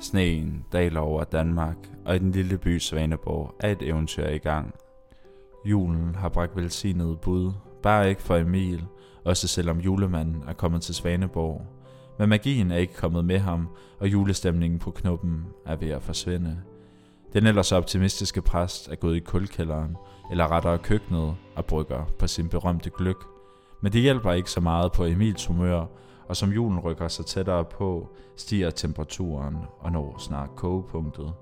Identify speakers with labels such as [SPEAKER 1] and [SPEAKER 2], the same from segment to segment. [SPEAKER 1] Sneen daler over Danmark, og i den lille by Svaneborg er et eventyr i gang. Julen har bragt velsignet bud, bare ikke for Emil, også selvom julemanden er kommet til Svaneborg. Men magien er ikke kommet med ham, og julestemningen på knuppen er ved at forsvinde. Den ellers optimistiske præst er gået i kulkælderen, eller rettere køkkenet, og brygger på sin berømte gløk. Men det hjælper ikke så meget på Emils humør, og som julen rykker sig tættere på, stiger temperaturen og når snart kogepunktet.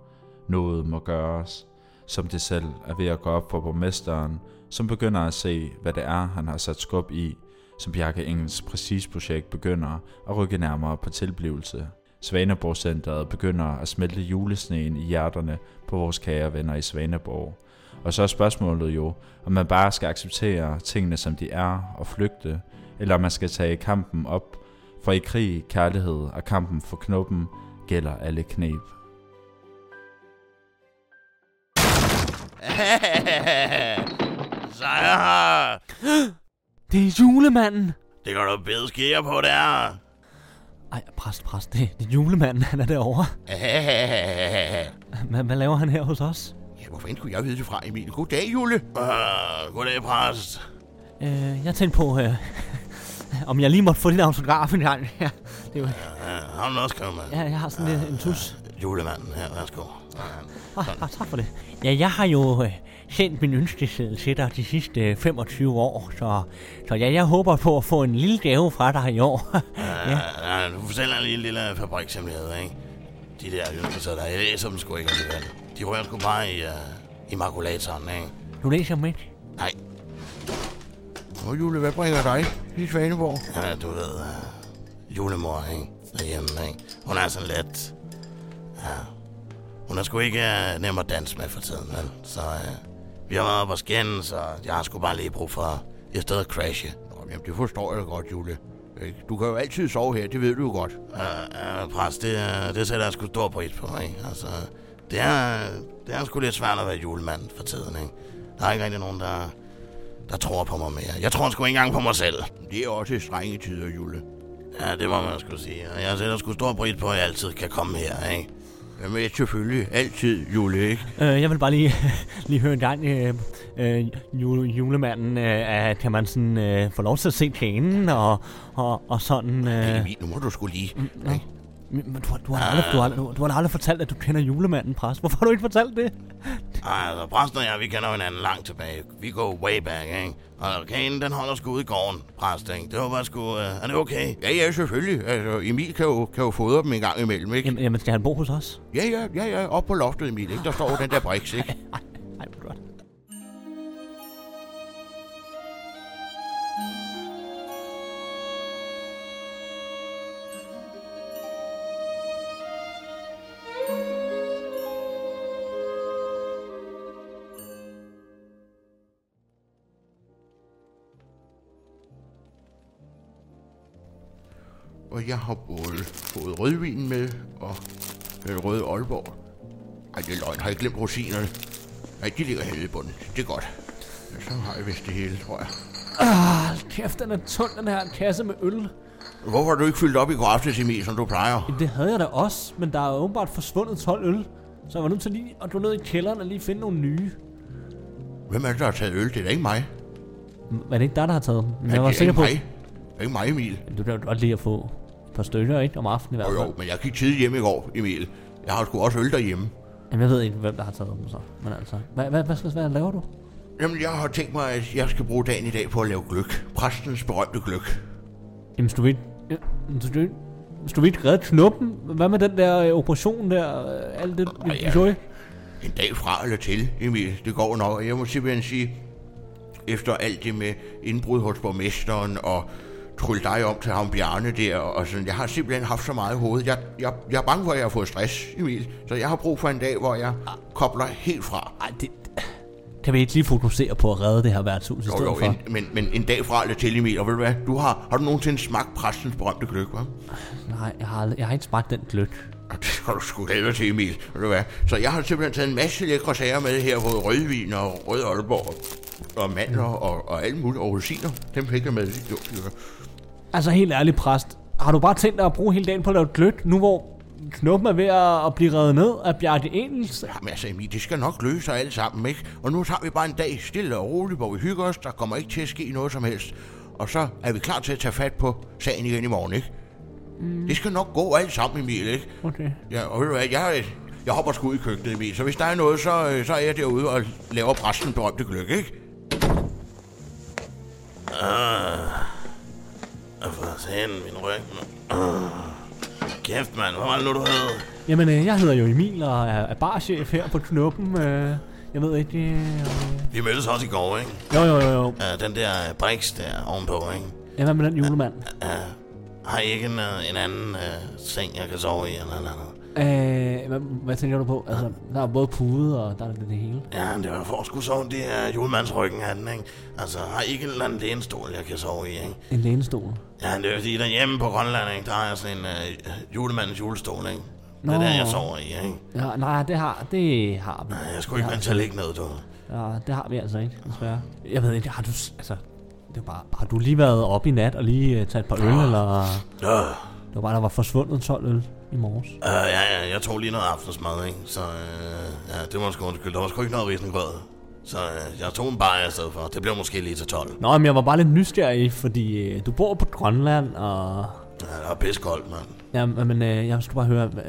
[SPEAKER 1] Noget må gøres, som det selv er ved at gå op for borgmesteren, som begynder at se, hvad det er, han har sat skub i, som Bjarke Engels præcisprojekt begynder at rykke nærmere på tilblivelse. Svaneborg-centret begynder at smelte julesneen i hjerterne på vores kære venner i Svaneborg. Og så er spørgsmålet jo, om man bare skal acceptere tingene, som de er, og flygte, eller om man skal tage kampen op, for i krig, kærlighed og kampen for knoppen gælder alle knep.
[SPEAKER 2] Sejr!
[SPEAKER 3] Det er julemanden!
[SPEAKER 2] Det kan du bedre skære på der.
[SPEAKER 3] Ej, præst, præst, det, det er julemanden, han er derovre. Hvad, hvad laver han her hos os?
[SPEAKER 2] Ja, hvor fanden skulle jeg vide det fra, Emil? Goddag, Jule. Uh, goddag, præst.
[SPEAKER 3] Øh, jeg tænkte på, øh, om jeg lige måtte få din autograf en gang. Ja, det er jo,
[SPEAKER 2] Uh, har du også kommet?
[SPEAKER 3] ja, jeg har sådan lidt en tus.
[SPEAKER 2] Julemanden her, værsgo. Sådan.
[SPEAKER 3] Ah, ah, tak for det. Ja, jeg har jo øh, sendt min ønskeseddel til dig de sidste øh, 25 år, så, så ja, jeg håber på at få en lille gave fra dig i år. ja.
[SPEAKER 2] Ja. Uh, du fortæller lige en lille fabrikshemmelighed, ikke? De der ønskelser der, jeg læser dem sgu ikke alligevel. De rører sgu bare i, uh, i makulatoren, ikke?
[SPEAKER 3] Du læser dem ikke?
[SPEAKER 2] Nej,
[SPEAKER 4] Nå, Jule, hvad bringer dig i Svaneborg?
[SPEAKER 2] ja, du ved, uh, julemor, ikke? Derhjemme, ikke? Hun er sådan lidt... Ja. Hun er sgu ikke uh, nem at danse med for tiden, vel? Så uh, vi har været oppe at skændes, og jeg har sgu bare lige brug for et sted at crashe.
[SPEAKER 4] Nå, jamen, det forstår jeg godt, Jule. Ikke? Du kan jo altid sove her, det ved du jo godt.
[SPEAKER 2] Uh, uh, pres, det, øh, det sætter jeg sgu stor pris på, ikke? Altså, det er, det er sgu lidt svært at være julemand for tiden, ikke? Der er ikke rigtig nogen, der, der tror på mig mere. Jeg tror sgu ikke engang på mig selv.
[SPEAKER 4] Det er også strenge tider, Jule.
[SPEAKER 2] Ja, det må man sgu sige. Og jeg sætter sgu stor pris på, at jeg altid kan komme her, ikke?
[SPEAKER 4] Jamen, jeg selvfølgelig altid, Jule, ikke?
[SPEAKER 3] Øh, jeg vil bare lige, lige høre en gang, øh, øh, jule, julemanden, øh, er- kan man sådan øh, få lov til at se kanen og, og, og sådan...
[SPEAKER 4] Øh.
[SPEAKER 3] Øh,
[SPEAKER 4] Emil, nu må du sgu lige.
[SPEAKER 3] nå. men du, har- du, har aldrig, du, har, du, har aldrig fortalt, at du kender julemanden, præst. Hvorfor har du ikke fortalt det?
[SPEAKER 2] Ej, altså, præsten og jeg, vi kender hinanden langt tilbage. Vi går way back, ikke? Og kagen, den holder sgu ude i gården, præst, ikke? Det var bare sgu... Øh, er det okay?
[SPEAKER 4] Ja, ja, selvfølgelig. Altså, Emil kan jo, kan jo fodre dem en gang imellem, ikke?
[SPEAKER 3] Jamen, jamen skal han bo hos os?
[SPEAKER 4] Ja, ja, ja, ja, op på loftet, Emil, ikke? Der står jo den der briks, ikke?
[SPEAKER 3] Ej, hvor godt.
[SPEAKER 4] Og jeg har både fået rødvin med og øh, røde Aalborg. Ej, det er løgn. Har jeg glemt rosinerne? Nej, de ligger henne i bunden. Det er godt. Ja, så har jeg vist det hele, tror jeg.
[SPEAKER 3] Hold kæft, den er tung, den her kasse med øl.
[SPEAKER 4] Hvorfor har du ikke fyldt op i går aftes, Emil, som du plejer?
[SPEAKER 3] Det havde jeg da også, men der er åbenbart forsvundet 12 øl. Så jeg var nødt til lige at gå ned i kælderen og lige finde nogle nye.
[SPEAKER 4] Hvem er det, der har taget øl? Det er da ikke mig.
[SPEAKER 3] Var det ikke dig, der har taget dem? Men
[SPEAKER 4] Ja,
[SPEAKER 3] jeg var
[SPEAKER 4] det er
[SPEAKER 3] sikker
[SPEAKER 4] ikke
[SPEAKER 3] på,
[SPEAKER 4] mig. Det er ikke mig, Emil.
[SPEAKER 3] Jamen, du kan jo godt lide at få et par stykker, ikke? Om aftenen i
[SPEAKER 4] Jo,
[SPEAKER 3] hvert fald.
[SPEAKER 4] jo, men jeg gik tidligt hjem i går, Emil. Jeg har sgu også øl derhjemme.
[SPEAKER 3] Jamen, jeg ved ikke, hvem der har taget dem så. Men altså, hvad, hvad, hvad, hvad, hvad laver du?
[SPEAKER 4] Jamen, jeg har tænkt mig, at jeg skal bruge dagen i dag på at lave gløk. Præstens berømte gløk.
[SPEAKER 3] Jamen, skal vi ikke... ja, Skal vi ikke... Skal vi ikke redde knuppen? Hvad med den der øh, operation der? øh, Alt det, vi
[SPEAKER 4] ja.
[SPEAKER 3] gjorde?
[SPEAKER 4] En dag fra eller til, Emil. Det går nok, og jeg må simpelthen sige, efter alt det med indbrud hos borgmesteren og trylle dig om til ham Bjarne der, og sådan, jeg har simpelthen haft så meget i hovedet. Jeg, jeg, jeg er bange for, at jeg har fået stress, Emil. Så jeg har brug for en dag, hvor jeg kobler helt fra.
[SPEAKER 3] Ej, det... Kan vi ikke lige fokusere på at redde det her værtshus i
[SPEAKER 4] Jo,
[SPEAKER 3] stedet
[SPEAKER 4] jo,
[SPEAKER 3] for?
[SPEAKER 4] en, men, men en dag fra eller til, Emil, og ved du hvad, du har, har du nogensinde smagt præstens berømte gløk, hva'?
[SPEAKER 3] Nej, jeg har, aldrig- jeg har ikke smagt den gløk.
[SPEAKER 4] Og Det skal du sgu helvede til, Emil, ved du hvad. Så jeg har simpelthen taget en masse lækre sager med her, både rødvin og rød Aalborg, og mandler og, og alle mulige, og rosiner. Dem fik jeg med i dårstykker.
[SPEAKER 3] Altså helt ærligt, præst. Har du bare tænkt dig at bruge hele dagen på at lave gløt, nu hvor knuppen er ved at, at blive revet ned af Bjarte Engels.
[SPEAKER 4] Jamen altså, Emil, det skal nok løse sig alt sammen, ikke? Og nu tager vi bare en dag stille og roligt, hvor vi hygger os. Der kommer ikke til at ske noget som helst. Og så er vi klar til at tage fat på sagen igen i morgen, ikke? Mm. Det skal nok gå alt sammen, Emil, ikke?
[SPEAKER 3] Okay.
[SPEAKER 4] Ja, og ved du hvad, jeg, jeg hopper sgu ud i køkkenet, Emil. Så hvis der er noget, så, øh, så er jeg derude og laver præsten berømte gløk, ikke?
[SPEAKER 2] Og for satan, min ryg. Ah. Kæft, mand. Hvad var det nu, du hed?
[SPEAKER 3] Jamen, øh, jeg hedder jo Emil og er, er barchef her på knuppen. Øh, jeg ved ikke... Øh,
[SPEAKER 2] Vi mødtes også i går, ikke?
[SPEAKER 3] jo, jo, jo, jo.
[SPEAKER 2] Uh, den der øh, Brix der ovenpå, ikke?
[SPEAKER 3] Ja, hvad med den julemand?
[SPEAKER 2] Uh, har I ikke en, uh, en anden uh, seng, jeg kan sove i eller noget andet?
[SPEAKER 3] Øh, hvad, hvad tænker du på? Altså, der er både pude og der er det, det hele.
[SPEAKER 2] Ja, men det var for at skulle sove, det er julemandsryggen af den, ikke? Altså, har I ikke en eller anden lænestol, jeg kan sove i, ikke?
[SPEAKER 3] En lænestol.
[SPEAKER 2] Ja, det er jo fordi, derhjemme på Grønland, ikke? Der har jeg sådan en uh, julemandens julestol, ikke? Det er
[SPEAKER 3] Nå.
[SPEAKER 2] der, jeg sover i, ikke?
[SPEAKER 3] Ja, nej, det har, det har vi.
[SPEAKER 2] Ja, Jeg skulle ikke vente til at ligge ned, du.
[SPEAKER 3] Ja, det har vi altså ikke, desværre. Jeg ved ikke, har du... s- Altså, det er bare, har du lige været oppe i nat og lige uh, taget et par øl, eller...
[SPEAKER 2] Nå.
[SPEAKER 3] Det var bare, der var forsvundet 12 øl i morges.
[SPEAKER 2] Uh, ja, ja, jeg tog lige noget aftensmad, ikke? Så uh, ja, det må jeg sgu undskylde. Der var sgu ikke noget risengrød. Så uh, jeg tog en bajer i stedet for. Det blev måske lige til 12.
[SPEAKER 3] Nå, men jeg var bare lidt nysgerrig, fordi øh, du bor på Grønland, og...
[SPEAKER 2] Ja, det var pissekoldt, mand.
[SPEAKER 3] Ja, men øh, jeg skulle bare høre... hvad-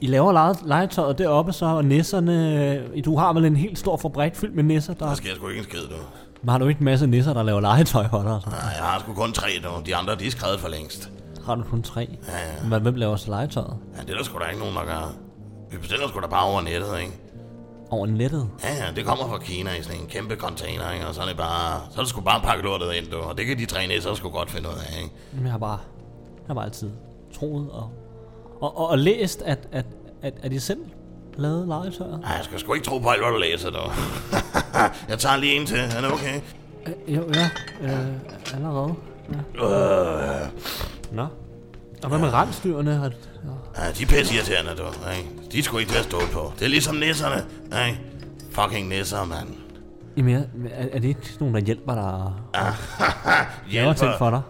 [SPEAKER 3] I laver leje- legetøjet deroppe, så og nisserne... øh, Du har vel en helt stor fabrik fyldt med nisser,
[SPEAKER 2] Der
[SPEAKER 3] der...
[SPEAKER 2] sker sgu ikke en skid, du.
[SPEAKER 3] Men har du ikke en masse nisser, der laver legetøj for dig? altså? Så?
[SPEAKER 2] Ja, jeg har sgu kun tre, du. De andre, de er skrevet for længst.
[SPEAKER 3] Har du kun tre?
[SPEAKER 2] Ja, ja.
[SPEAKER 3] Men hvem laver så legetøjet?
[SPEAKER 2] ja det er der sgu da ikke nogen, der gør. Vi bestiller sgu da bare over nettet, ikke?
[SPEAKER 3] Over nettet?
[SPEAKER 2] Ja, ja, det kommer fra Kina i sådan en kæmpe container, ikke? Og så er det bare... Så er det sgu bare pakke lortet ind, du. Og det kan de tre næser sgu godt finde ud af, ikke?
[SPEAKER 3] Jamen, Jeg har bare, jeg har bare altid troet og, og, og, og læst, at, at, at, at I selv lavede legetøjet.
[SPEAKER 2] Ej, jeg skal sgu ikke tro på alt, hvad du læser, du. jeg tager lige en til. Er det okay?
[SPEAKER 3] Øh, jo, ja. Øh, allerede.
[SPEAKER 2] Øh.
[SPEAKER 3] Nå. Og hvad med rensdyrene? Har,
[SPEAKER 2] Ja, de er pisse irriterende, du. Ikke? De er sgu ikke til at stå på. Det er ligesom nisserne. Ikke? Fucking nisser, mand.
[SPEAKER 3] Jamen, er, er det ikke nogen, der hjælper dig og laver ting
[SPEAKER 2] Hjælper.
[SPEAKER 3] for dig?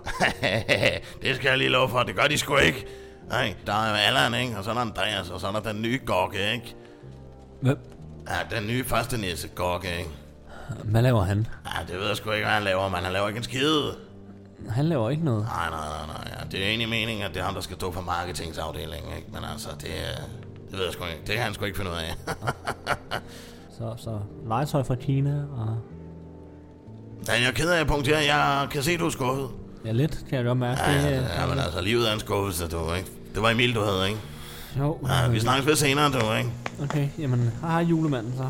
[SPEAKER 2] det skal jeg lige love for. Det gør de sgu ikke. Nej, der er Allan, ikke? Og så er der Andreas, og så er der den nye Gorke, ikke?
[SPEAKER 3] Hvem?
[SPEAKER 2] Ja, den nye første nisse, Gorke, ikke?
[SPEAKER 3] Hvad laver han?
[SPEAKER 2] Ja, det ved jeg sgu ikke, hvad han laver, men han laver ikke en skide.
[SPEAKER 3] Han laver ikke noget.
[SPEAKER 2] Nej, nej, nej, nej. Ja, det er egentlig meningen, at det er ham, der skal stå for marketingsafdelingen, ikke? Men altså, det, øh, det ved jeg sgu ikke. Det kan han sgu ikke finde ud af.
[SPEAKER 3] Så, så legetøj fra Kina og...
[SPEAKER 2] Ja, jeg er ked af at punktere. Jeg kan se, du er skuffet.
[SPEAKER 3] Ja, lidt kan jeg godt mærke.
[SPEAKER 2] Ja,
[SPEAKER 3] Det,
[SPEAKER 2] ja, ja, men altså, livet er en skuffelse, du, ikke? Det var Emil, du havde, ikke?
[SPEAKER 3] jo,
[SPEAKER 2] Ja, vi snakkes ved senere, du, ikke?
[SPEAKER 3] okay. Jamen, her har julemanden så.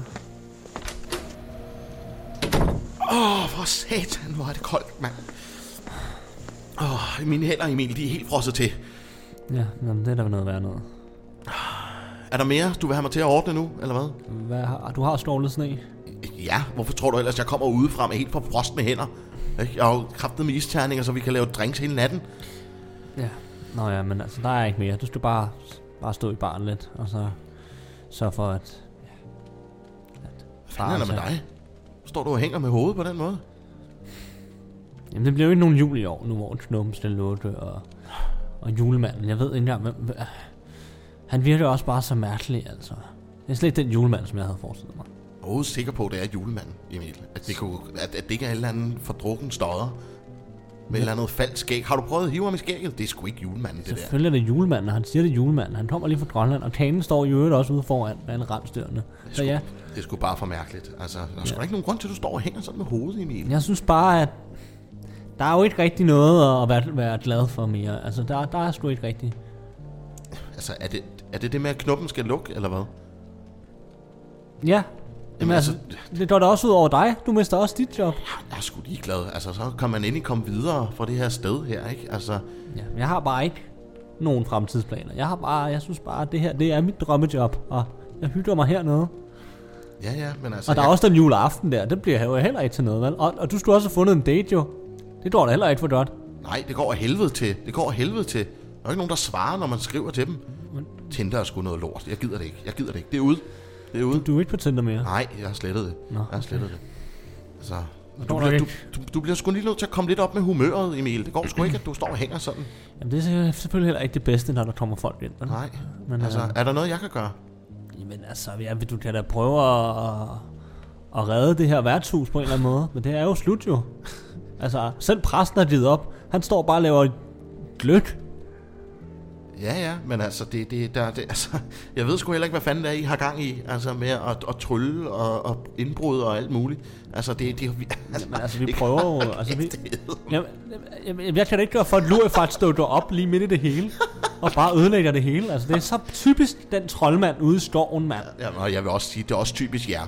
[SPEAKER 4] Åh, oh, for satan, hvor er det koldt, mand. Åh, oh, mine hænder, Emil, de er helt frosset til.
[SPEAKER 3] Ja, jamen, det er da noget værd noget.
[SPEAKER 4] Er der mere, du vil have mig til at ordne nu, eller hvad?
[SPEAKER 3] Hvad har, du har stålet sne?
[SPEAKER 4] Ja, hvorfor tror du ellers, jeg kommer udefra med helt forfrostne hænder? Ikke? Jeg har jo kraftet med isterninger, så vi kan lave drinks hele natten.
[SPEAKER 3] Ja. Nå ja, men altså, der er ikke mere. Du skal bare, bare stå i baren lidt, og så sørge for, at...
[SPEAKER 4] Hvad fanden er der med
[SPEAKER 3] Altså.
[SPEAKER 4] dig? Står du og hænger med hovedet på den måde?
[SPEAKER 3] Jamen, det bliver jo ikke nogen jul i år, nu hvor Knuppen skal lukke, og, og julemanden. Jeg ved ikke engang, hvem... hvem- Han virker også bare så mærkelig, altså. Det er slet ikke den julemand, som jeg havde forestillet mig.
[SPEAKER 4] Jeg er sikker på, at det er julemanden, Emil. At det, kunne, at, at det ikke er en eller anden fordrukken stodder. Med et eller andet falsk skæg. Har du prøvet at hive ham i skægget? Det er sgu ikke julemanden, det der.
[SPEAKER 3] Selvfølgelig er det julemanden, og han siger det er julemanden. Han kommer lige fra Grønland, og kanen står i øvrigt også ude foran med alle rensdyrene. Så ja,
[SPEAKER 4] Det er sgu bare for mærkeligt. Altså, der er sgu da ikke nogen grund til, at du står og hænger sådan med hovedet, Emil.
[SPEAKER 3] Jeg synes bare, at der er jo ikke rigtig noget at være, være glad for mere. Altså, der, der er sgu ikke rigtig.
[SPEAKER 4] Altså, er det, er det det med, at knuppen skal lukke, eller hvad?
[SPEAKER 3] Ja, Jamen, altså, det går da også ud over dig. Du mister også dit job.
[SPEAKER 4] Jeg er sgu ligeglad. Altså, så kan man endelig komme videre fra det her sted her, ikke? Altså,
[SPEAKER 3] Ja, jeg har bare ikke nogen fremtidsplaner. Jeg har bare, jeg synes bare, at det her, det er mit drømmejob, og jeg hygger mig hernede.
[SPEAKER 4] ja, ja, men altså...
[SPEAKER 3] Og der er
[SPEAKER 4] jeg-
[SPEAKER 3] også den juleaften der, det bliver jo heller ikke til noget, vel? Og, og du skulle også have fundet en date, jo. Det går da heller ikke for godt.
[SPEAKER 4] Nej, det går af helvede til. Det går af helvede til. Der er jo ikke nogen, der svarer, når man skriver til dem. Tinder er sgu noget lort. Jeg gider det ikke. Jeg gider det ikke. Det er ude. Det er ude.
[SPEAKER 3] Du er ikke på Tinder mere.
[SPEAKER 4] Nej, jeg har slettet det.
[SPEAKER 3] Nå,
[SPEAKER 4] jeg har slettet det. Altså,
[SPEAKER 3] Forstår
[SPEAKER 4] Du
[SPEAKER 3] nok
[SPEAKER 4] bliver, du,
[SPEAKER 3] ikke.
[SPEAKER 4] du, du bliver sgu lige nødt til at komme lidt op med humøret, Emil. Det går sgu ikke, at du står og hænger sådan.
[SPEAKER 3] Jamen, det er selvfølgelig heller ikke det bedste, når der kommer folk ind. vel?
[SPEAKER 4] Nej.
[SPEAKER 3] Men,
[SPEAKER 4] Altså,
[SPEAKER 3] altså...
[SPEAKER 4] er der noget, jeg kan gøre?
[SPEAKER 3] Øh, jamen, altså, ja, du kan da prøve at, at redde det her værtshus på en eller anden måde. Men det er jo slut jo. Altså, selv præsten har givet op. Han står bare og laver gløk.
[SPEAKER 4] Ja, ja, men altså, det, det, der, det, altså, jeg ved sgu heller ikke, hvad fanden det er, I har gang i, altså med at, at trylle og, og indbrud og alt muligt. Altså, det, det, vi, altså,
[SPEAKER 3] Men altså, vi prøver jo... Altså, vi,
[SPEAKER 4] det
[SPEAKER 3] Jamen, jamen, jeg kan da ikke gøre for, at Lurifart stod op lige midt i det hele, og bare ødelægger det hele. Altså, det er så typisk den troldmand ude i skoven, mand.
[SPEAKER 4] ja, og jeg vil også sige, det er også typisk jer.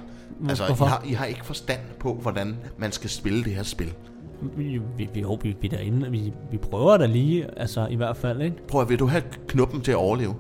[SPEAKER 4] Altså, I
[SPEAKER 3] Hvorfor?
[SPEAKER 4] har, I har ikke forstand på, hvordan man skal spille det her spil.
[SPEAKER 3] Vi, vi, vi, håber, vi, vi, er derinde. Vi, vi prøver da lige, altså i hvert fald, ikke?
[SPEAKER 4] Prøv at vil du have knuppen til at overleve?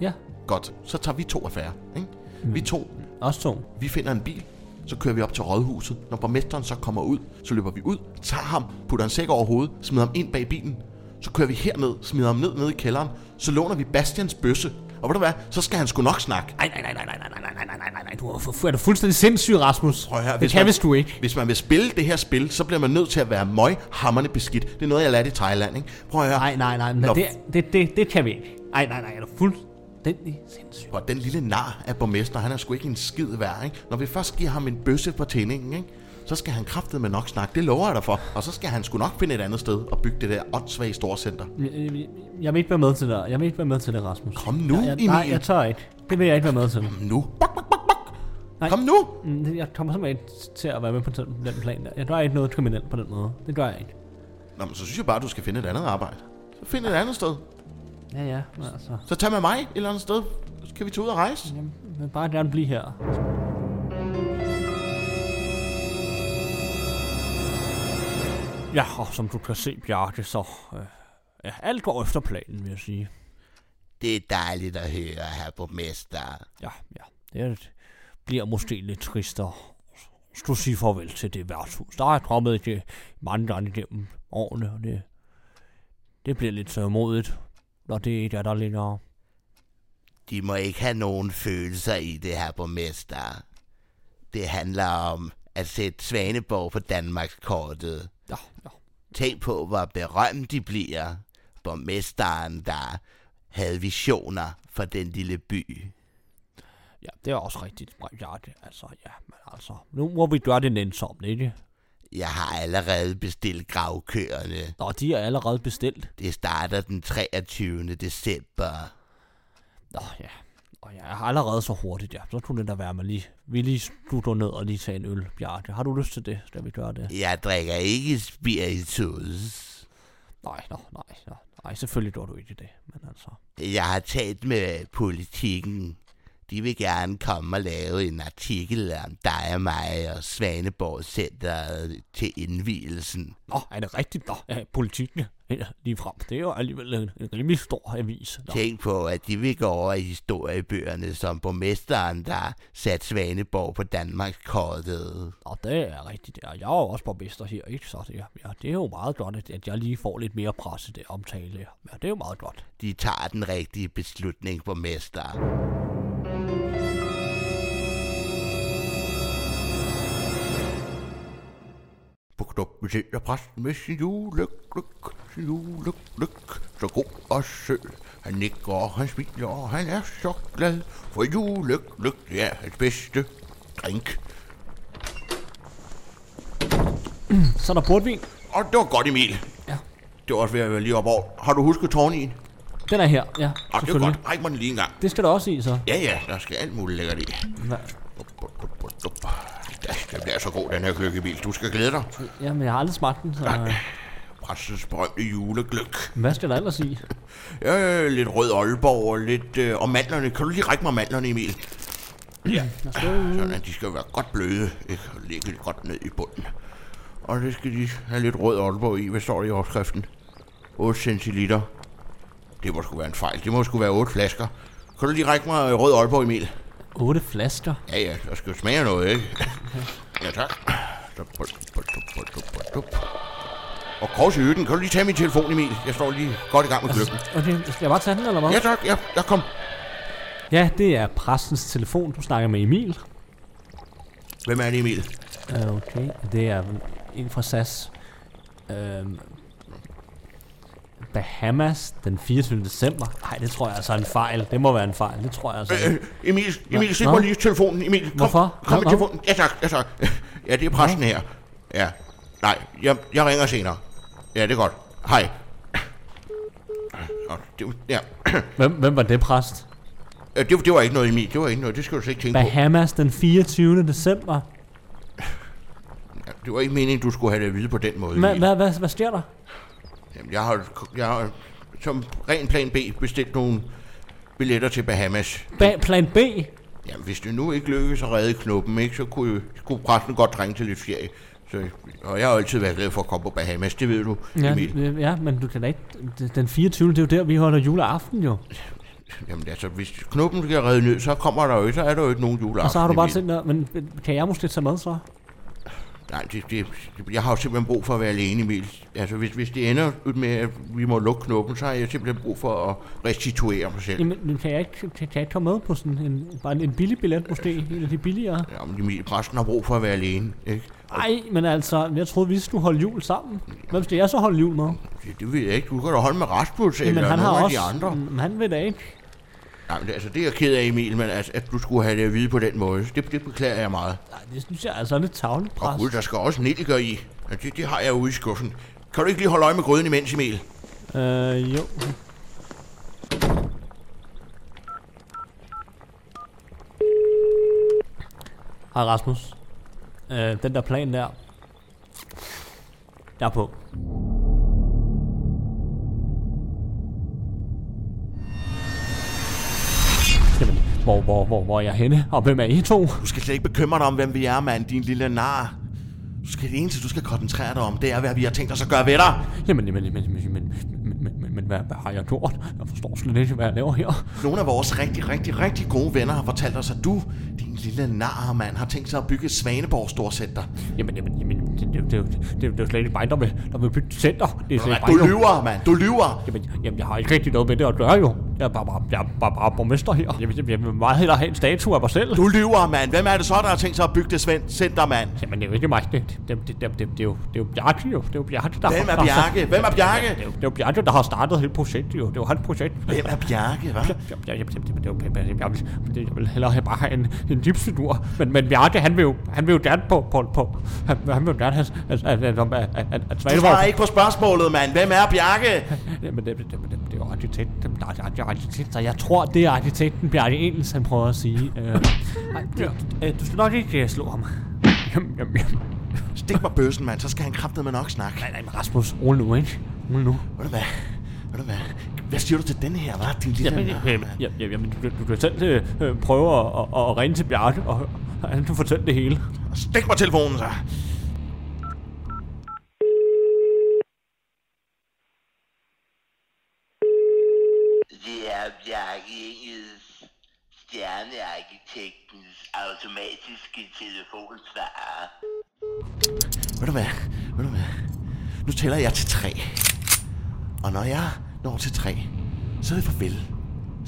[SPEAKER 3] Ja,
[SPEAKER 4] Godt, så tager vi to affære, ikke? Vi to,
[SPEAKER 3] os to.
[SPEAKER 4] vi finder en bil, så kører vi op til rådhuset. Når borgmesteren så kommer ud, så løber vi ud, tager ham, putter en sæk over hovedet, smider ham ind bag bilen. Så kører vi herned, smider ham ned ned i kælderen, så låner vi Bastians bøsse. Og ved du hvad, så skal han sgu nok snakke.
[SPEAKER 3] Ej, nej, nej, nej, nej, nej, nej, nej, nej, nej, nej, nej, du er, for, er du fuldstændig sindssyg, Rasmus.
[SPEAKER 4] Prøv at høre,
[SPEAKER 3] det
[SPEAKER 4] hvis
[SPEAKER 3] kan
[SPEAKER 4] man-
[SPEAKER 3] hvis du ikke.
[SPEAKER 4] Hvis man vil spille det her spil, så bliver man nødt til at være møghammerne beskidt. Det er noget, jeg lærte i Thailand, ikke? Prøv at høre.
[SPEAKER 3] Nej, nej, nej, men
[SPEAKER 4] Nå.
[SPEAKER 3] det, det, det, det kan vi ikke. Ej, nej, nej, er du fuldstændig sindssyg.
[SPEAKER 4] Prøv, at- den lille nar af borgmester, han er sgu ikke en skid værd, ikke? Når vi først giver ham en bøsse på tændingen, ikke? Så skal han kraftedeme med nok snakke, det lover jeg dig for. Og så skal han sgu nok finde et andet sted og bygge det der åndssvage storcenter.
[SPEAKER 3] Jeg, jeg, jeg vil ikke være med til det. Jeg vil ikke være med til det, Rasmus.
[SPEAKER 4] Kom nu,
[SPEAKER 3] jeg, jeg,
[SPEAKER 4] Emil.
[SPEAKER 3] Nej, jeg tør ikke. Det vil jeg ikke være med til.
[SPEAKER 4] Nu. Bak, bak, bak, bak.
[SPEAKER 3] Nej.
[SPEAKER 4] Kom nu.
[SPEAKER 3] Mm, Jeg kommer simpelthen ikke til at være med på den, den plan der. Jeg gør ikke noget kriminelt på den måde. Det gør jeg ikke.
[SPEAKER 4] Nå, men så synes jeg bare, du skal finde et andet arbejde. Så find et andet sted.
[SPEAKER 3] Ja, ja, men altså.
[SPEAKER 4] Så tag med mig et eller andet sted. Så kan vi tage ud og rejse.
[SPEAKER 3] Jeg vil bare gerne blive her. Ja, og som du kan se, Bjarke, så... Øh, ja, alt går efter planen, vil jeg sige.
[SPEAKER 2] Det er dejligt at høre, herre borgmester.
[SPEAKER 3] Ja, ja. Det er, bliver måske lidt trist at skulle sige farvel til det værtshus. Der er kommet det mange gange gennem årene, og det, det bliver lidt sørmodigt, når det ikke er der længere.
[SPEAKER 2] De må ikke have nogen følelser i det her, borgmester. Det handler om at sætte Svaneborg på Danmarkskortet.
[SPEAKER 3] Ja, ja.
[SPEAKER 2] Tænk på, hvor berømt de bliver. Borgmesteren, der havde visioner for den lille by.
[SPEAKER 3] Ja, det er også rigtigt, Brækjarte. Altså, ja, men altså, nu må vi gøre det nænsomt, ikke?
[SPEAKER 2] Jeg har allerede bestilt gravkøerne.
[SPEAKER 3] Nå, de er allerede bestilt.
[SPEAKER 2] Det starter den 23. december.
[SPEAKER 3] Nå, ja. Og jeg er allerede så hurtigt, ja. Så kunne det da være, at man lige, vi lige slutter ned og lige tager en øl, Bjarte. Har du lyst til det? Skal vi gøre det?
[SPEAKER 2] Jeg drikker ikke spiritus.
[SPEAKER 3] Nej, nå, nej, nå, nej, selvfølgelig gjorde du ikke det, men altså...
[SPEAKER 2] Jeg har talt med politikken. De vil gerne komme og lave en artikel om dig og mig og Svaneborg Centeret til indvielsen.
[SPEAKER 3] Nå, er det rigtigt? Nå, ja, politikken ja, lige frem. Det er jo alligevel en, en rimelig stor avis. Nå,
[SPEAKER 2] Tænk på, at de vil gå over i historiebøgerne som borgmesteren, der satte Svaneborg på Danmarks kortet.
[SPEAKER 3] nå, det er rigtigt. Ja. Jeg er jo også borgmester her, ikke? Så det, er- ja, det er jo meget godt, at- at jeg lige får lidt mere presse det omtale. her. Ja, det er jo meget godt.
[SPEAKER 2] De tager den rigtige beslutning, borgmester.
[SPEAKER 4] Bukt op med selv og præsten med sin juleklyk, sin juleklyk. Så god og sød, han nikker og han smiler, og han er så glad. For juleklyk, det er hans bedste drink.
[SPEAKER 3] Så er der portvin.
[SPEAKER 4] Og det var godt, Emil.
[SPEAKER 3] Ja.
[SPEAKER 4] Det var også ved at være lige op over. Har du husket tårnien?
[SPEAKER 3] Den er her, ja.
[SPEAKER 4] Ah, det er godt. Ræk mig den lige en gang.
[SPEAKER 3] Det skal der også i, så.
[SPEAKER 4] Ja, ja, der skal alt muligt lækkert i.
[SPEAKER 3] Hva?
[SPEAKER 4] Ja, Det bliver så god, den her gløkkebil. Du skal glæde dig.
[SPEAKER 3] Jamen, jeg har aldrig smagt den, så...
[SPEAKER 4] Præstens berømte julegløk.
[SPEAKER 3] Hvad skal der ellers i?
[SPEAKER 4] Ja, øh, lidt rød Aalborg og lidt... Øh, og mandlerne. Kan du lige række mig mandlerne, Emil?
[SPEAKER 3] Der skal-
[SPEAKER 4] Sådan, de skal være godt bløde, ikke? Og ligge lidt godt ned i bunden. Og det skal de have lidt rød Aalborg i. Hvad står der i overskriften? 8 centiliter. Det må sgu være en fejl. Det må sgu være 8 flasker. Kan du lige række mig øh, rød Aalborg, Emil?
[SPEAKER 3] Otte flasker.
[SPEAKER 4] Ja, ja, der skal jo smage af noget, ikke? Ja, tak. Dup, dup, dup, dup, dup, dup, dup, dup. Og kors i hytten, kan du lige tage min telefon, Emil? Jeg står lige godt i gang med gløkken.
[SPEAKER 3] Okay, skal jeg bare tage den, eller hvad?
[SPEAKER 4] Ja, tak. Ja, ja, kom.
[SPEAKER 3] Ja, det er præstens telefon. Du snakker med Emil.
[SPEAKER 5] Hvem er det, Emil?
[SPEAKER 3] Øh, Okay, det er en fra SAS. Øhm, Bahamas den 24. december. Nej, det tror jeg altså er en fejl. Det må være en fejl. Det tror jeg altså.
[SPEAKER 5] Øh, Emil, Emil, se
[SPEAKER 3] Nå.
[SPEAKER 5] på lige telefonen. Emil, kom,
[SPEAKER 3] Hvorfor?
[SPEAKER 5] kom
[SPEAKER 3] Nå,
[SPEAKER 5] med
[SPEAKER 3] nå.
[SPEAKER 5] telefonen. Ja tak, ja tak. Ja, det er præsten her. Ja. Nej, jeg, jeg ringer senere. Ja, det er godt. Hej. Nå, det, ja.
[SPEAKER 3] Hvem, hvem var det præst?
[SPEAKER 5] Øh, Det, det var ikke noget, Emil. Det var ikke noget. Det skal du slet ikke tænke på.
[SPEAKER 3] Bahamas den 24. december.
[SPEAKER 5] Ja, Det var ikke meningen, du skulle have det at vide på den måde,
[SPEAKER 3] Hvad
[SPEAKER 5] Emil.
[SPEAKER 3] hva, hva, hvad sker der?
[SPEAKER 5] Jamen, jeg har, jeg har som ren plan B bestilt nogle billetter til Bahamas.
[SPEAKER 3] Ba- plan B?
[SPEAKER 5] Jamen, hvis det nu ikke lykkes at redde knuppen, ikke, så kunne, kunne præsten godt trænge til lidt ferie. Så, og jeg har altid været glad for at komme på Bahamas, det ved du, ja,
[SPEAKER 3] Ja,
[SPEAKER 5] Emil.
[SPEAKER 3] øh, ja, men du kan da ikke... d- Den 24. det er jo der, vi holder juleaften jo.
[SPEAKER 5] Jamen altså, hvis knuppen skal redde ned, så kommer der jo, så er der jo ikke nogen juleaften.
[SPEAKER 3] Og så har du bare
[SPEAKER 5] Emil.
[SPEAKER 3] tænkt, "Nå, men øh, kan jeg måske tage med så?
[SPEAKER 5] Nej, det, det, jeg har jo simpelthen brug for at være alene, Emil. Altså, hvis, hvis det ender ud med, at vi må lukke knuppen, så har jeg simpelthen brug for at restituere mig selv.
[SPEAKER 3] Jamen, men kan jeg ikke, kan, kan jeg ikke komme med på sådan en, bare en, en billig billet måske? En af de billigere?
[SPEAKER 5] Jamen, Emil, præsten har brug for at være alene, ikke?
[SPEAKER 3] Ej, men altså, jeg troede, vi skulle holde jul sammen. Hvem skal jeg så holde jul med?
[SPEAKER 5] Det, det ved jeg ikke. Du kan da holde med Rasmus
[SPEAKER 3] Men
[SPEAKER 5] eller
[SPEAKER 3] han
[SPEAKER 5] nogle
[SPEAKER 3] har
[SPEAKER 5] af
[SPEAKER 3] også...
[SPEAKER 5] de andre.
[SPEAKER 3] Men han vil da ikke.
[SPEAKER 5] Nej, men altså, det er jeg ked af, Emil, men altså, at du skulle have det at vide på den måde, det, det beklager jeg meget.
[SPEAKER 3] Nej, det synes jeg altså er lidt tavligt,
[SPEAKER 5] Og
[SPEAKER 3] præst.
[SPEAKER 5] gud, der skal også nelliker i. Ja, det, det har jeg ude i skuffen. Kan du ikke lige holde øje med gryden imens, Emil?
[SPEAKER 3] Øh, jo. Hej Rasmus. Øh, den der plan der. Jeg er på. Jamen, hvor, hvor, hvor, hvor er jeg henne? Og hvem er I to?
[SPEAKER 4] Du skal slet ikke bekymre dig om, hvem vi er, mand, din lille nar. Du skal, det eneste, du skal koncentrere dig om, det er, hvad vi har tænkt os at gøre ved dig.
[SPEAKER 3] Jamen, jamen, jamen, jamen, jamen, men, men, men, men hvad, hvad har jeg gjort? Jeg forstår slet ikke, hvad jeg laver her.
[SPEAKER 4] Nogle af vores rigtig, rigtig, rigtig gode venner har fortalt os, at du, din lille nar, mand, har tænkt sig at bygge et Svaneborg Storcenter.
[SPEAKER 3] Jamen, jamen, jamen, det, det, det, det, det er jo slet ikke mig, der vil, der vil bygge et center. Det er slet ikke
[SPEAKER 4] Du
[SPEAKER 3] mig, der-
[SPEAKER 4] lyver, mand, du lyver.
[SPEAKER 3] Jamen, jamen, jeg har ikke rigtig noget med det at gøre, jo. Jeg er bare, bare, jeg er bare, bare borgmester her. Jamen, jamen, jeg vil meget hellere have en statue af mig selv.
[SPEAKER 4] Du lyver, mand. Hvem er det så, der har tænkt sig at bygge det Svend center, mand?
[SPEAKER 3] Jamen, det er jo ikke mig. Det, det, det, det, det, det, det, er, jo, det er jo Bjarke, jo. Det er jo Bjarke, der
[SPEAKER 4] Hvem
[SPEAKER 3] har...
[SPEAKER 4] er Bjarke? Hvem
[SPEAKER 3] Det
[SPEAKER 4] er
[SPEAKER 3] er
[SPEAKER 4] Bjarke?
[SPEAKER 3] jo- det er jo Bjarke, der har startet hele projektet, jo. Det er jo hans projekt.
[SPEAKER 4] Hvem er Bjarke, hva'?
[SPEAKER 3] Jamen, jamen, jamen, jamen, det er jo- jamen, jamen, jeg vil- jeg vil hellere have bare have en, en dipsfigur. Men, men Bjarke, han vil jo, han vil jo gerne på, på, på han, han vil jo gerne have, at, at, at, at, at, at, at
[SPEAKER 4] Du
[SPEAKER 3] Svaneborg-
[SPEAKER 4] svarer ikke på spørgsmålet, mand. Hvem er Bjarke?
[SPEAKER 3] Jamen, det, det, det, det, det er jo arkitekten, der er, der er arkitekt, så jeg tror, det er arkitekten Bjarke Engels, han prøver at sige. Øh, ej, du, øh, du skal nok ikke øh, slå ham. Jamen, jamen, jamen.
[SPEAKER 4] Stik mig bøssen, mand. Så skal han kraftedeme med nok snak.
[SPEAKER 3] Nej, nej, men Rasmus, rolig nu, ikke? Rolig nu.
[SPEAKER 4] Ved du hvad? Ved du hvad? Hvad siger du til denne her, hva'? Din lille
[SPEAKER 3] Jamen,
[SPEAKER 4] nar,
[SPEAKER 3] jamen,
[SPEAKER 4] mand.
[SPEAKER 3] jamen, jamen du, du kan selv øh, prøve at, at, at ringe til Bjarke, og og han kan fortælle det hele.
[SPEAKER 4] Stik mig telefonen, så.
[SPEAKER 6] Det er Bjarke Engels stjernearkitektens automatiske telefonsvarer.
[SPEAKER 4] Ved du hvad? Ved du hvad? Nu tæller jeg til tre. Og når jeg når til tre, så er det farvel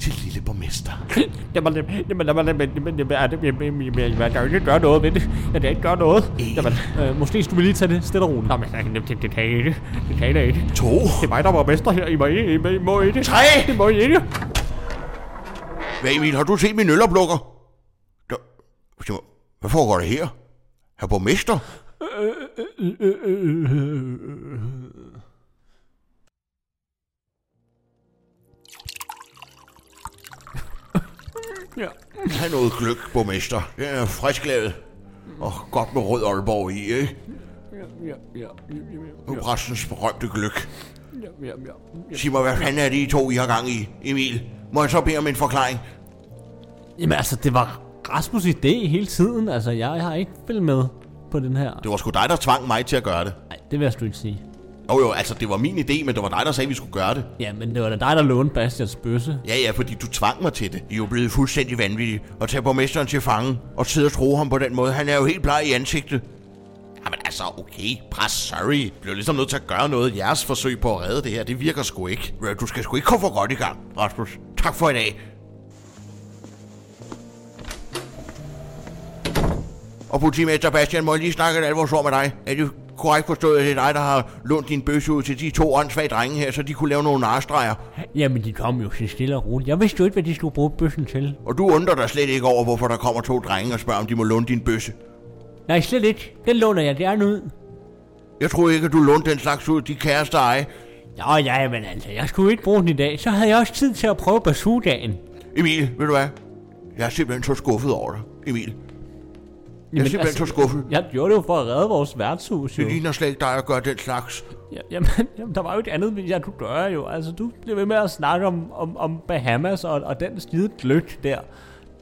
[SPEAKER 4] til lille borgmester.
[SPEAKER 3] Jamen, jamen, jamen, jamen, jamen, jamen, jamen, er det- jamen, jamen, jamen, jeg kan jo ikke gøre noget ved det. Jeg kan ikke gøre noget. Jamen, øh, måske skulle vi lige tage det stille og roligt. Jamen, jamen, det, det kan jeg ikke. Det kan jeg ikke.
[SPEAKER 4] To.
[SPEAKER 3] Det er mig, der var mester her. I må ikke. I må, I må ikke.
[SPEAKER 5] Tre!
[SPEAKER 3] Det må I ikke.
[SPEAKER 5] Hvad, Emil, har du set min øloplukker? Der, sig mig, hvad foregår der her? Herr borgmester?
[SPEAKER 3] Ja.
[SPEAKER 5] Tag noget gløk, borgmester. Den er frisklavet. Og godt med rød Aalborg i, ikke?
[SPEAKER 3] Ja, ja, ja,
[SPEAKER 5] Nu er præstens berømte gløk.
[SPEAKER 3] ja, ja, ja.
[SPEAKER 5] Sig mig, hvad fanden er det, I to, I har gang i, Emil? Må jeg så bede om en forklaring?
[SPEAKER 3] Jamen altså, det var Rasmus' idé hele tiden. Altså, jeg, jeg har ikke spillet med på den her.
[SPEAKER 4] Det var sgu dig, der tvang mig til at gøre det.
[SPEAKER 3] Nej, det vil jeg sgu ikke sige.
[SPEAKER 4] Jo jo, altså det var min idé, men det var dig, der sagde, at vi skulle gøre det.
[SPEAKER 3] Ja, men det var da dig, der lånte Bastians bøsse.
[SPEAKER 4] Ja ja, fordi du tvang mig til det.
[SPEAKER 5] I er jo blevet fuldstændig vanvittige og tage borgmesteren til fange og sidde og tro ham på den måde. Han er jo helt bleg i ansigtet.
[SPEAKER 4] Jamen altså, okay, pres, sorry. Vi Blev ligesom nødt til at gøre noget. Jeres forsøg på at redde det her, det virker sgu ikke.
[SPEAKER 5] Ja, Du skal sgu ikke komme for godt i gang, Rasmus. Tak for i dag.
[SPEAKER 4] Og politimester Bastian, må jeg lige snakke et alvorsord med dig? Er det korrekt forstået, at det er dig, der har lånt din bøsse ud til de to åndssvage drenge her, så de kunne lave nogle narstreger?
[SPEAKER 3] Jamen, de kom jo så stille og roligt. Jeg vidste jo ikke, hvad de skulle bruge bøssen til.
[SPEAKER 4] Og du undrer dig slet ikke over, hvorfor der kommer to drenge og spørger, om de må låne din bøsse.
[SPEAKER 3] Nej, slet ikke. Den låner jeg gerne ud.
[SPEAKER 4] Jeg troede ikke, at du lånte den slags ud, de kærester ej.
[SPEAKER 3] Nå, ja, men altså, jeg skulle ikke bruge den i dag. Så havde jeg også tid til at prøve basudagen.
[SPEAKER 4] Emil, ved du hvad? Jeg er simpelthen så skuffet over dig, Emil. Jeg er
[SPEAKER 3] Jamen,
[SPEAKER 4] simpelthen altså, så skuffet.
[SPEAKER 3] Jeg gjorde det jo for at redde vores værtshus, jo.
[SPEAKER 4] Det ligner slet ikke dig at gøre den slags.
[SPEAKER 3] Ja, Jamen, jamen, der var jo ikke andet, jeg kunne gøre jo. Altså, du blev ved med at snakke om, om, om Bahamas og, og den skide gløk der.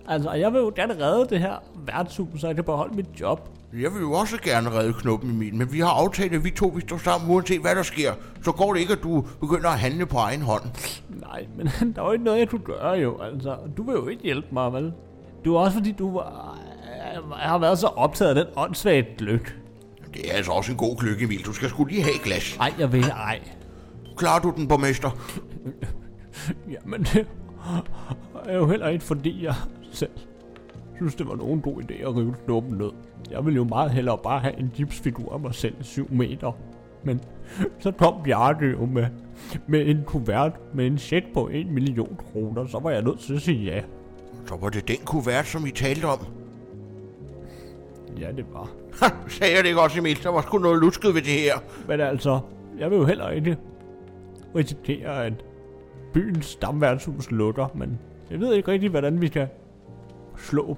[SPEAKER 3] Altså, og jeg vil jo gerne redde det her værtshus, så jeg kan beholde mit job.
[SPEAKER 4] Jeg vil jo også gerne redde knoppen, Emil, men vi har aftalt, at vi to vi står sammen, uanset hvad der sker. Så går det ikke, at du begynder at handle på egen hånd.
[SPEAKER 3] Nej, men der var ikke noget, jeg kunne gøre jo. Altså, du vil jo ikke hjælpe mig, vel? Det var også fordi, du var, jeg har været så optaget af den åndssvage gløk.
[SPEAKER 4] Det er altså også en god gløk, Emil. Du skal skulle lige have et glas.
[SPEAKER 3] Ej, jeg vil ej.
[SPEAKER 4] Klarer du den, borgmester?
[SPEAKER 3] Jamen, det er jo heller ikke, fordi jeg selv synes, det var nogen god idé at rive snuppen ned. Jeg ville jo meget hellere bare have en gipsfigur af mig selv 7 meter. Men så kom Bjarke jo med, med en kuvert med en check på 1 million kroner, så var jeg nødt til at sige ja.
[SPEAKER 4] Så var det den kuvert, som I talte om.
[SPEAKER 3] Ja, det var.
[SPEAKER 4] Ha, sagde jeg det ikke også, Emil? Der var sgu noget lusket ved det her.
[SPEAKER 3] Men altså, jeg vil jo heller ikke risikere, at byens stamværtshus lukker, men jeg ved ikke rigtig, hvordan vi kan slå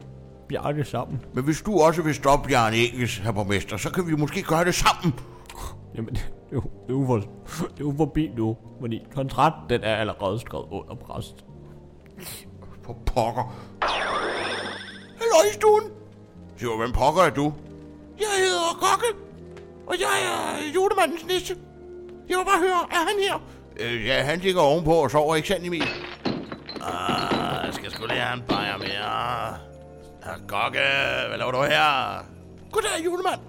[SPEAKER 3] Bjarke sammen.
[SPEAKER 4] Men hvis du også vil stoppe Jørgen Engels, herr borgmester, så kan vi måske gøre det sammen.
[SPEAKER 3] Jamen, det er jo, det er jo, for, det er jo forbi nu, fordi kontrakten den er allerede skrevet under præst.
[SPEAKER 4] For pokker. Hallo i stuen. Jo, hvem pokker er du? Jeg hedder Kokke, og jeg er julemandens nisse. Jeg vil bare høre, er han her? Øh, ja, han ligger ovenpå og sover, ikke sandt, Emil?
[SPEAKER 2] Ah, jeg skal sgu lige have en bajer mere. Herr Kokke, hvad laver du her?
[SPEAKER 4] Goddag, julemand.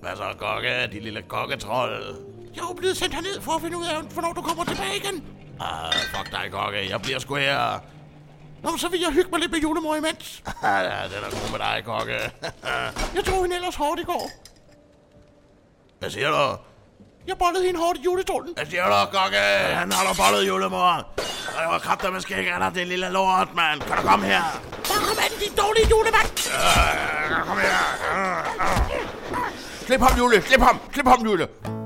[SPEAKER 2] Hvad så, Kokke, de lille kokketrold?
[SPEAKER 4] Jeg er jo blevet sendt herned for at finde ud af, hvornår du kommer tilbage igen.
[SPEAKER 2] Ah, fuck dig, Kokke, jeg bliver sgu her.
[SPEAKER 4] Nå, men så vil jeg hygge mig lidt med julemor imens.
[SPEAKER 2] Ah, ja, den er god med dig, Kokke.
[SPEAKER 4] Jeg tog hende ellers hårdt i går.
[SPEAKER 2] Hvad siger du?
[SPEAKER 4] Jeg bollede hende hårdt i julestolen.
[SPEAKER 2] Hvad siger du, Kokke? Han holder bollet, julemor. Og det var kraftigt, man skal ikke have det lille lort, mand. Kan du komme her?
[SPEAKER 4] Bare kom an, din dårlige julemand.
[SPEAKER 2] Ah, Kan du komme her? Ah, ah.
[SPEAKER 4] Slip ham, Jule! Slip ham! Slip ham, Jule!